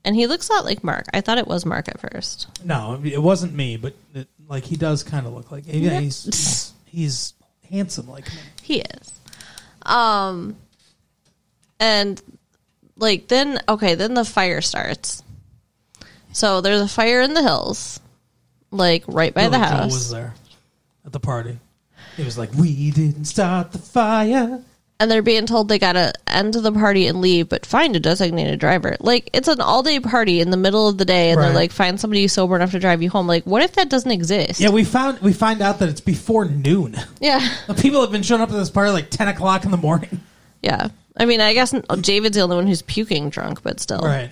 Speaker 1: and he looks a lot like Mark. I thought it was Mark at first.
Speaker 2: No, it wasn't me, but it, like he does kind of look like yeah, he's, he's he's handsome like me.
Speaker 1: He is. Um, and like then okay, then the fire starts. So there's a fire in the hills, like right by the
Speaker 2: Billy Joel
Speaker 1: house.
Speaker 2: Oh, was there at the party. It was like we didn't start the fire.
Speaker 1: and they're being told they gotta end the party and leave, but find a designated driver. Like it's an all day party in the middle of the day, and they're
Speaker 2: Right.
Speaker 1: like, find somebody who's sober enough to drive you home. Like, what if that doesn't exist?
Speaker 2: Yeah, we found we find out that it's before noon.
Speaker 1: yeah.
Speaker 2: The people have been showing up at this party like ten o'clock in the morning.
Speaker 1: Yeah. I mean, I guess oh, David's the only one who's puking drunk, but still.
Speaker 2: Right?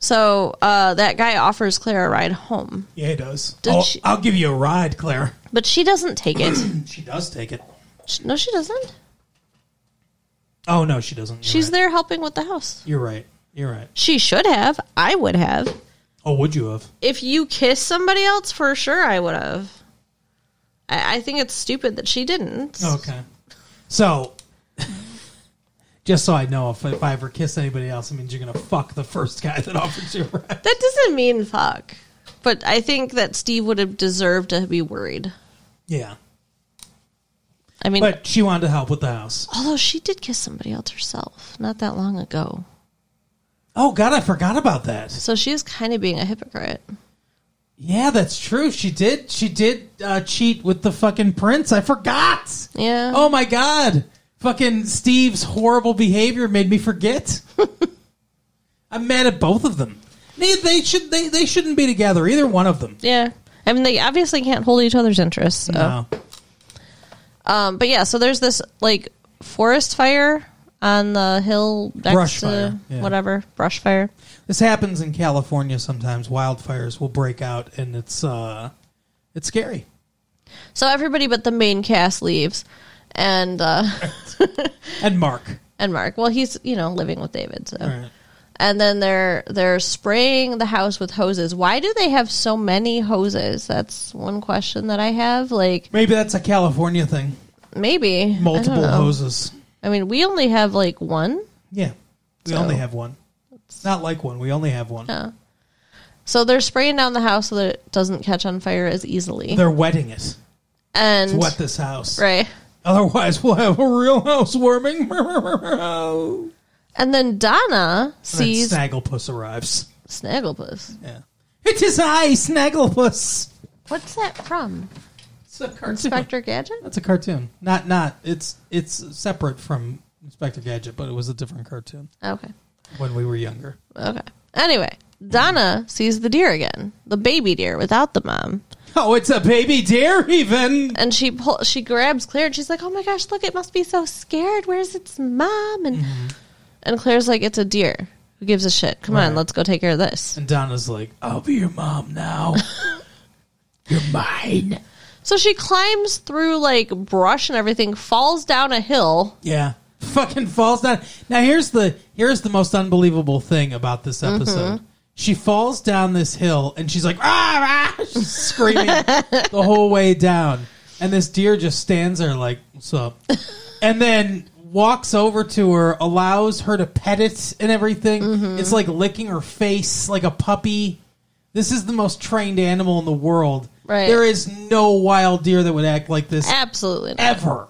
Speaker 1: So uh, that guy offers Claire a ride home,
Speaker 2: Yeah, he does.
Speaker 1: Did
Speaker 2: oh,
Speaker 1: she-
Speaker 2: I'll give you a ride, Claire.
Speaker 1: but she doesn't take it.
Speaker 2: She does take it.
Speaker 1: She, no, she doesn't.
Speaker 2: Oh no, she doesn't. You're
Speaker 1: She's
Speaker 2: right.
Speaker 1: there helping with the house.
Speaker 2: You're right. You're right.
Speaker 1: She should have. I would have.
Speaker 2: Oh, would you have?
Speaker 1: If you kiss somebody else, for sure, I would have. I, I think it's stupid that she didn't.
Speaker 2: Oh, Okay. So, just so I know, if, if I ever kiss anybody else, it means you're gonna fuck the first guy that offers you a ride.
Speaker 1: That doesn't mean fuck. But I think that Steve would have deserved to be worried.
Speaker 2: Yeah,
Speaker 1: I mean,
Speaker 2: but she wanted to help with the house.
Speaker 1: although she did kiss somebody else herself not that long ago.
Speaker 2: Oh God, I forgot about that.
Speaker 1: So she is kind of being a hypocrite.
Speaker 2: Yeah, that's true. She did. She did uh, cheat with the fucking prince. I forgot.
Speaker 1: Yeah.
Speaker 2: Oh my god. Fucking Steve's horrible behavior made me forget. I'm mad at both of them. They, they should they, they shouldn't be together, either one of them.
Speaker 1: Yeah. I mean, they obviously can't hold each other's interests. So.
Speaker 2: No.
Speaker 1: Um, but yeah, so there's this like forest fire on the hill next
Speaker 2: Brush
Speaker 1: to
Speaker 2: fire, yeah.
Speaker 1: whatever brush fire.
Speaker 2: This happens in California sometimes. Wildfires will break out and it's uh it's scary.
Speaker 1: So everybody but the main cast leaves, and uh,
Speaker 2: And Mark.
Speaker 1: and Mark. Well, he's you know living with David. So.
Speaker 2: Right.
Speaker 1: And then they're they're spraying the house with hoses. Why do they have so many hoses? That's one question that I have. Like
Speaker 2: Maybe that's a California thing.
Speaker 1: maybe I don't
Speaker 2: Multiple
Speaker 1: know.
Speaker 2: hoses.
Speaker 1: I mean, we only have like one.
Speaker 2: Yeah. We
Speaker 1: So-
Speaker 2: only have one. It's not like one. We only have one.
Speaker 1: So they're spraying down the house so that it doesn't catch on fire as easily.
Speaker 2: They're wetting it.
Speaker 1: and
Speaker 2: Wet this house.
Speaker 1: right.
Speaker 2: Otherwise, we'll have a real housewarming. Oh.
Speaker 1: And then Donna
Speaker 2: And then
Speaker 1: sees
Speaker 2: Snagglepuss arrives.
Speaker 1: Snagglepuss.
Speaker 2: Yeah. It is I, Snagglepuss.
Speaker 1: What's that from?
Speaker 2: It's a cartoon.
Speaker 1: Inspector Gadget?
Speaker 2: That's a cartoon. Not not. It's it's separate from Inspector Gadget, but it was a different cartoon
Speaker 1: Okay.
Speaker 2: when we were younger.
Speaker 1: Okay. Anyway, Donna sees the deer again, the baby deer without the mom.
Speaker 2: Oh, it's a baby deer even.
Speaker 1: And she pull, she grabs Claire and she's like, "Oh my gosh, look, it must be so scared. Where's its mom?" And
Speaker 2: Mm-hmm.
Speaker 1: and Claire's like, "It's a deer. Who gives a shit? Come on,
Speaker 2: Right.
Speaker 1: let's go take care of this."
Speaker 2: And Donna's like, "I'll be your mom now. You're mine."
Speaker 1: So she climbs through like brush and everything, falls down a hill.
Speaker 2: Yeah. Fucking falls down. Now here's the here's the most unbelievable thing about this episode. She falls down this hill and she's like ah, ah," she's screaming the whole way down. And this deer just stands there like, "What's up?" And then walks over to her, allows her to pet it and everything. It's like licking her face like a puppy. This is the most trained animal in the world.
Speaker 1: Right.
Speaker 2: There is no wild deer that would act like this
Speaker 1: Absolutely. not.
Speaker 2: ever.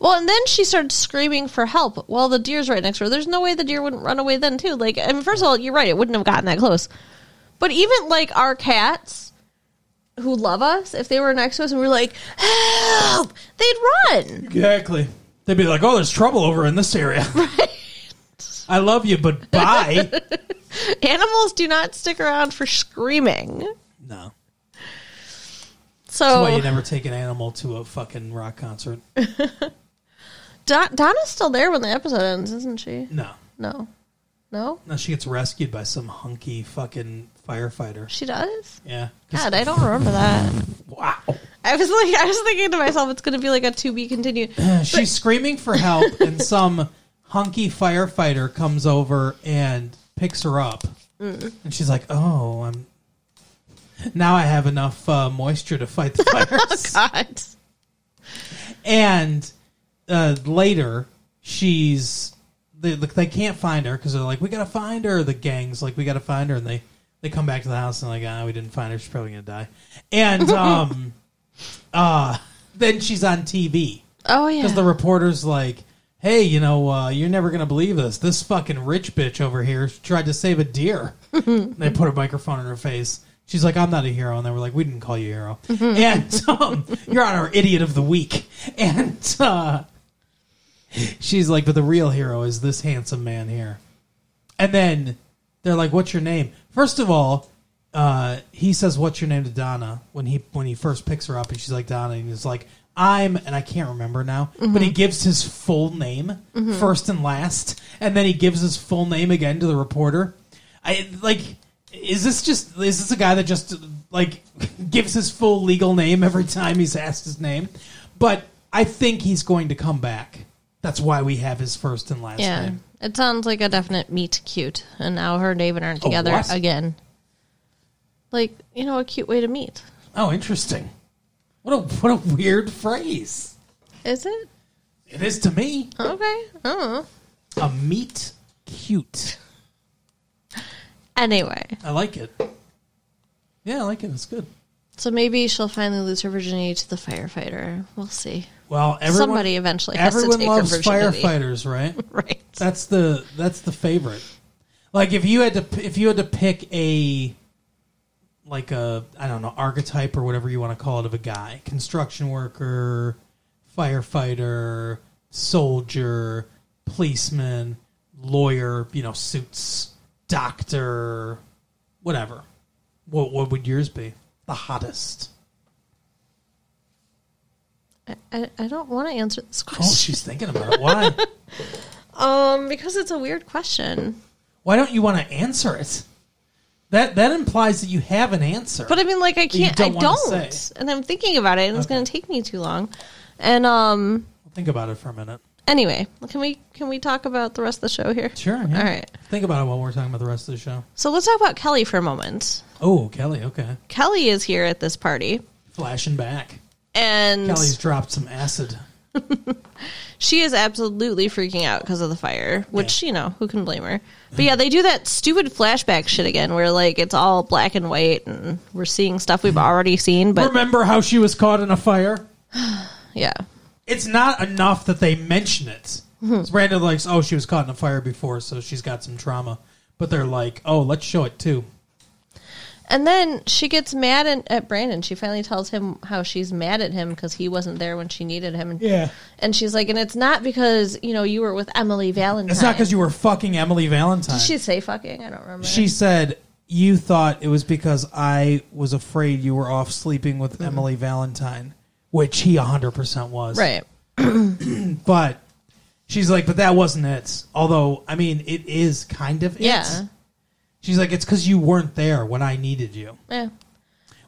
Speaker 1: Well, and then she starts screaming for help while the deer's right next to her. There's no way the deer wouldn't run away then, too. Like, I mean, first of all, you're right. It wouldn't have gotten that close. But even like our cats who love us, if they were next to us and we were like, help, they'd run.
Speaker 2: Exactly. They'd be like, "Oh, there's trouble over in this area." I love you, but bye.
Speaker 1: Animals do not stick around for screaming.
Speaker 2: no, that's why
Speaker 1: So
Speaker 2: you never take an animal to a fucking rock concert.
Speaker 1: Don- Donna's still there when the episode ends, isn't she?
Speaker 2: No,
Speaker 1: No. No?
Speaker 2: no, she gets rescued by some hunky fucking firefighter.
Speaker 1: She does?
Speaker 2: Yeah.
Speaker 1: God, I don't remember that.
Speaker 2: Wow.
Speaker 1: I was like, I was thinking to myself, it's going to be like a to be continued.
Speaker 2: She's screaming for help, and some hunky firefighter comes over and picks her up, and she's like, "Oh, I'm." Now I have enough uh, moisture to fight the fires.
Speaker 1: God.
Speaker 2: And uh, later, she's they like they can't find her because they're like, we gotta find her. The gang's like, we gotta find her, and they they come back to the house and like, ah, we didn't find her. She's probably gonna die. And um, uh, then she's on TV
Speaker 1: Oh yeah.
Speaker 2: because the reporter's like. Hey, you know, uh, you're never gonna believe this. This fucking rich bitch over here tried to save a deer. they put a microphone in her face. She's like, "I'm not a hero," and they were like, "We didn't call you a hero." and um, you're on our idiot of the week. And uh, she's like, "But the real hero is this handsome man here." And then they're like, "What's your name?" First of all, uh, he says, "What's your name?" to Donna when he when he first picks her up, and she's like, "Donna," and he's like, "I'm," and I can't remember now, but he gives his full name first and last, and then he gives his full name again to the reporter. I like, is this just is this a guy that just like gives his full legal name every time he's asked his name? But I think he's going to come back. That's why we have his first and last
Speaker 1: yeah.
Speaker 2: name.
Speaker 1: It sounds like a definite meet cute. And now her and David aren't
Speaker 2: A
Speaker 1: together
Speaker 2: what?
Speaker 1: again. Like, you know, a cute way to meet.
Speaker 2: Oh, interesting. What a what a weird phrase.
Speaker 1: Is it?
Speaker 2: It is to me
Speaker 1: Okay. Oh.
Speaker 2: a meat cute.
Speaker 1: Anyway.
Speaker 2: I like it. Yeah, I like it. It's good.
Speaker 1: So maybe she'll finally lose her virginity to the firefighter. We'll see.
Speaker 2: Well, everyone,
Speaker 1: Somebody eventually has to
Speaker 2: everyone
Speaker 1: take her
Speaker 2: loves
Speaker 1: virginity.
Speaker 2: firefighters, right?
Speaker 1: Right.
Speaker 2: That's the that's the favorite. Like if you had to p- if you had to pick a like a I don't know archetype or whatever you want to call it of a guy, construction worker, firefighter, soldier, policeman, lawyer, you know, suits, doctor, whatever. What what would yours be? The hottest.
Speaker 1: I, I, I don't want to answer this
Speaker 2: Oh,
Speaker 1: question.
Speaker 2: she's thinking about it. Why?
Speaker 1: Um, because it's a weird question.
Speaker 2: Why don't you want to answer it? That that implies that you have an answer.
Speaker 1: But I mean, like, I
Speaker 2: you
Speaker 1: can't.
Speaker 2: don't
Speaker 1: I
Speaker 2: wanna
Speaker 1: don't.
Speaker 2: say.
Speaker 1: And I'm thinking about it, and it's
Speaker 2: Okay.
Speaker 1: going to take me too long. And um,
Speaker 2: Think about it for a minute.
Speaker 1: anyway, can we can we talk about the rest of the show here?
Speaker 2: Sure.
Speaker 1: All right.
Speaker 2: Think about it while we're talking about the rest of the show.
Speaker 1: So let's talk about Kelly for a moment.
Speaker 2: Oh, Kelly. Okay.
Speaker 1: Kelly is here at this party,
Speaker 2: Flashing back.
Speaker 1: and
Speaker 2: Kelly's dropped some acid.
Speaker 1: she is absolutely freaking out because of the fire. Which you know, who can blame her? But yeah, they do that stupid flashback shit again, where like it's all black and white, and we're seeing stuff we've already seen. But
Speaker 2: Mm-hmm. Remember how she was caught in a fire?
Speaker 1: yeah,
Speaker 2: It's not enough that they mention it.
Speaker 1: Mm-hmm.
Speaker 2: It's Random like, oh, she was caught in a fire before, so she's got some trauma. But they're like, oh, let's show it too.
Speaker 1: And then she gets mad and, at Brandon. She finally tells him how she's mad at him because he wasn't there when she needed him. And,
Speaker 2: Yeah.
Speaker 1: And she's like, and it's not because, you know, you were with Emily Valentine.
Speaker 2: It's not because you were fucking Emily Valentine.
Speaker 1: Did she say fucking? I don't remember.
Speaker 2: She said you thought it was because I was afraid you were off sleeping
Speaker 1: Mm-hmm.
Speaker 2: with Emily Valentine, which he 100% was.
Speaker 1: right.
Speaker 2: But she's like, but that wasn't it. Although, I mean, it is kind of it.
Speaker 1: Yeah.
Speaker 2: She's like, it's because you weren't there when I needed you,
Speaker 1: Yeah.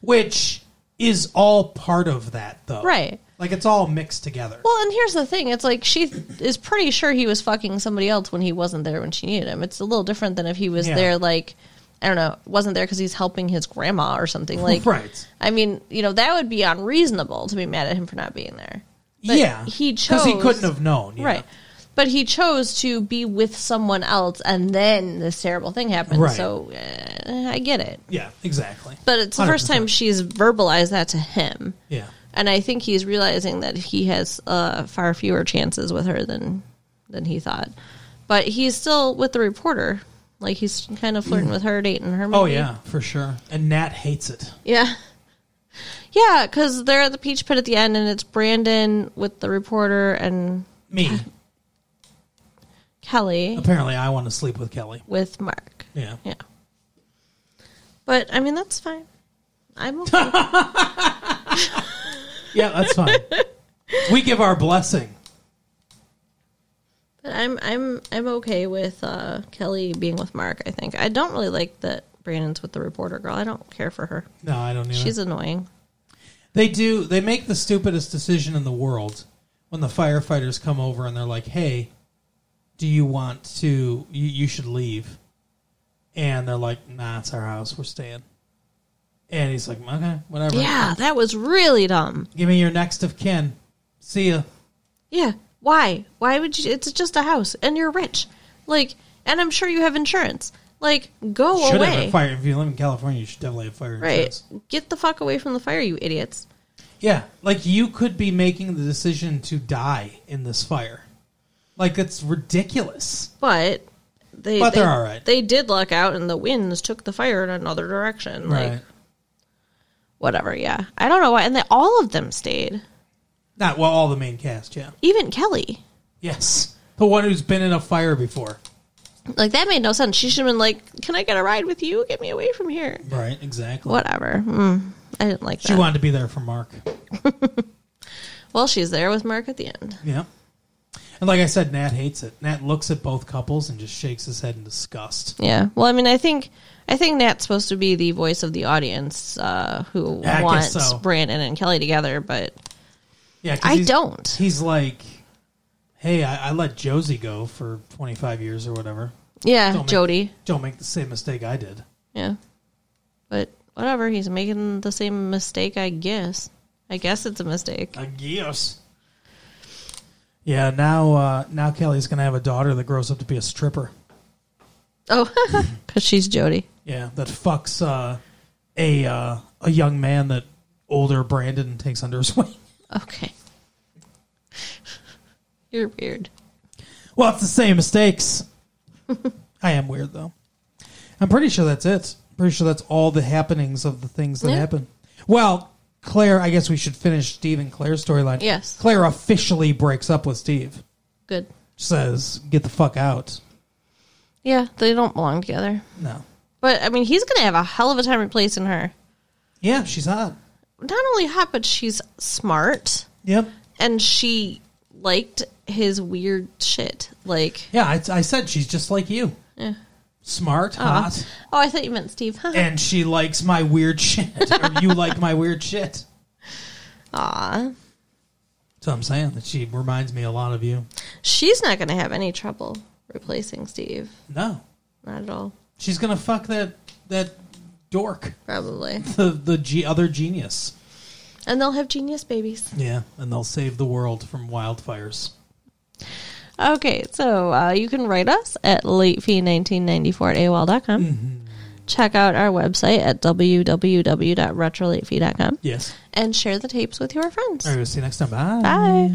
Speaker 2: which is all part of that, though.
Speaker 1: Right.
Speaker 2: Like, it's all mixed together.
Speaker 1: Well, and here's the thing. It's like she is pretty sure he was fucking somebody else when he wasn't there when she needed him. It's a little different than if he was
Speaker 2: Yeah.
Speaker 1: there, like, I don't know, wasn't there because he's helping his grandma or something. Like,
Speaker 2: right.
Speaker 1: I mean, you know, that would be unreasonable to be mad at him for not being there. But
Speaker 2: Yeah.
Speaker 1: he
Speaker 2: he
Speaker 1: chose-
Speaker 2: couldn't have known. yeah.
Speaker 1: Right. But he chose to be with someone else, and then this terrible thing happened.
Speaker 2: Right.
Speaker 1: So uh, I get it.
Speaker 2: Yeah, exactly.
Speaker 1: But it's the first
Speaker 2: 100%.
Speaker 1: time she's verbalized that to him.
Speaker 2: Yeah.
Speaker 1: And I think he's realizing that he has uh, far fewer chances with her than than he thought. But he's still with the reporter. Like he's kind of flirting with her, dating her. Maybe.
Speaker 2: Oh, yeah, for sure. And Nat hates it.
Speaker 1: Yeah. Yeah, because they're at the peach pit at the end, and it's Brandon with the reporter and
Speaker 2: Me.
Speaker 1: Kelly
Speaker 2: Apparently, I want to sleep with Kelly.
Speaker 1: with Mark.
Speaker 2: Yeah.
Speaker 1: Yeah. But I mean that's fine. I'm okay.
Speaker 2: Yeah, that's fine. we give our blessing.
Speaker 1: but I'm I'm I'm okay with uh, Kelly being with Mark. I think I don't really like that Brandon's with the reporter girl. I don't care for her.
Speaker 2: No, I don't either.
Speaker 1: She's annoying.
Speaker 2: they do. They make the stupidest decision in the world when the firefighters come over and they're like, "Hey, do you want to? You, you should leave." And they're like, "Nah, it's our house. We're staying." And he's like, "Okay, whatever.
Speaker 1: Yeah, that was really dumb.
Speaker 2: Give me your next of kin. See ya."
Speaker 1: Yeah. Why? Why would you? It's just a house, and you're rich. Like, and I'm sure you have insurance. Like, go
Speaker 2: should have
Speaker 1: away.
Speaker 2: a fire. If you live in California, you should definitely have fire
Speaker 1: right.
Speaker 2: insurance.
Speaker 1: Get the fuck away from the fire, you idiots.
Speaker 2: Yeah, like you could be making the decision to die in this fire. Like it's ridiculous.
Speaker 1: But they
Speaker 2: But they're
Speaker 1: they-
Speaker 2: all right.
Speaker 1: They did luck out, and the winds took the fire in another direction. Like, whatever. Yeah, I don't know why. And they, all of them stayed,
Speaker 2: Not well all the main cast, yeah.
Speaker 1: even Kelly.
Speaker 2: Yes. The one who's been in a fire before.
Speaker 1: Like that made no sense. She should have been like, "Can I get a ride with you? Get me away from here."
Speaker 2: Right, exactly.
Speaker 1: Whatever. Mm, I didn't like
Speaker 2: She
Speaker 1: that.
Speaker 2: wanted to be there for Mark.
Speaker 1: well, she's there with Mark at the end.
Speaker 2: Yeah. And like I said, Nat hates it. Nat looks at both couples and just shakes his head in disgust.
Speaker 1: Yeah. Well, I mean, I think I think Nat's supposed to be the voice of the audience uh, who
Speaker 2: I guess
Speaker 1: wants
Speaker 2: so.
Speaker 1: Brandon and Kelly together, but
Speaker 2: Yeah, 'cause
Speaker 1: I
Speaker 2: he's-
Speaker 1: don't.
Speaker 2: He's like, hey, I, I let Josie go for 25 years or whatever.
Speaker 1: Yeah,
Speaker 2: Don't make-
Speaker 1: Uh, Jody.
Speaker 2: Don't make the same mistake I did.
Speaker 1: Yeah. But whatever, he's making the same mistake, I guess. I guess it's a mistake.
Speaker 2: I guess. Yeah, now uh, now Kelly's gonna have a daughter that grows up to be a stripper.
Speaker 1: Oh, because she's Jody.
Speaker 2: Yeah, that fucks uh, a uh, a young man that older Brandon takes under his wing.
Speaker 1: Okay. You're weird.
Speaker 2: Well, it's the same mistakes. I am weird though. I'm pretty sure that's it. Pretty sure that's all the happenings of the things that
Speaker 1: Yeah.
Speaker 2: happen. Well, Claire, I guess we should finish Steve and Claire's storyline.
Speaker 1: Yes.
Speaker 2: Claire officially breaks up with Steve.
Speaker 1: Good.
Speaker 2: Says, "Get the fuck out."
Speaker 1: Yeah, they don't belong together.
Speaker 2: No.
Speaker 1: But I mean, he's going to have a hell of a time replacing her.
Speaker 2: Yeah, she's hot.
Speaker 1: Not only hot, but she's smart
Speaker 2: Yep.
Speaker 1: and she liked his weird shit. Like,
Speaker 2: Yeah, I, I said she's just like you. Smart, hot,
Speaker 1: oh, I thought you meant Steve.
Speaker 2: and she likes my weird shit. or you like my weird shit.
Speaker 1: Aw.
Speaker 2: So I'm saying that she reminds me a lot of you.
Speaker 1: She's not going to have any trouble replacing Steve.
Speaker 2: No,
Speaker 1: Not at all.
Speaker 2: she's gonna fuck that that dork,
Speaker 1: Probably.
Speaker 2: the the ge- other genius.
Speaker 1: And they'll have genius babies.
Speaker 2: Yeah, and they'll save the world from wildfires.
Speaker 1: Okay, so uh, you can write us at latefee1994 at AOL.com. Check out our website at www.retrolatefee.com
Speaker 2: Yes.
Speaker 1: and share the tapes with your friends.
Speaker 2: All right. We'll see you next time.
Speaker 1: Bye.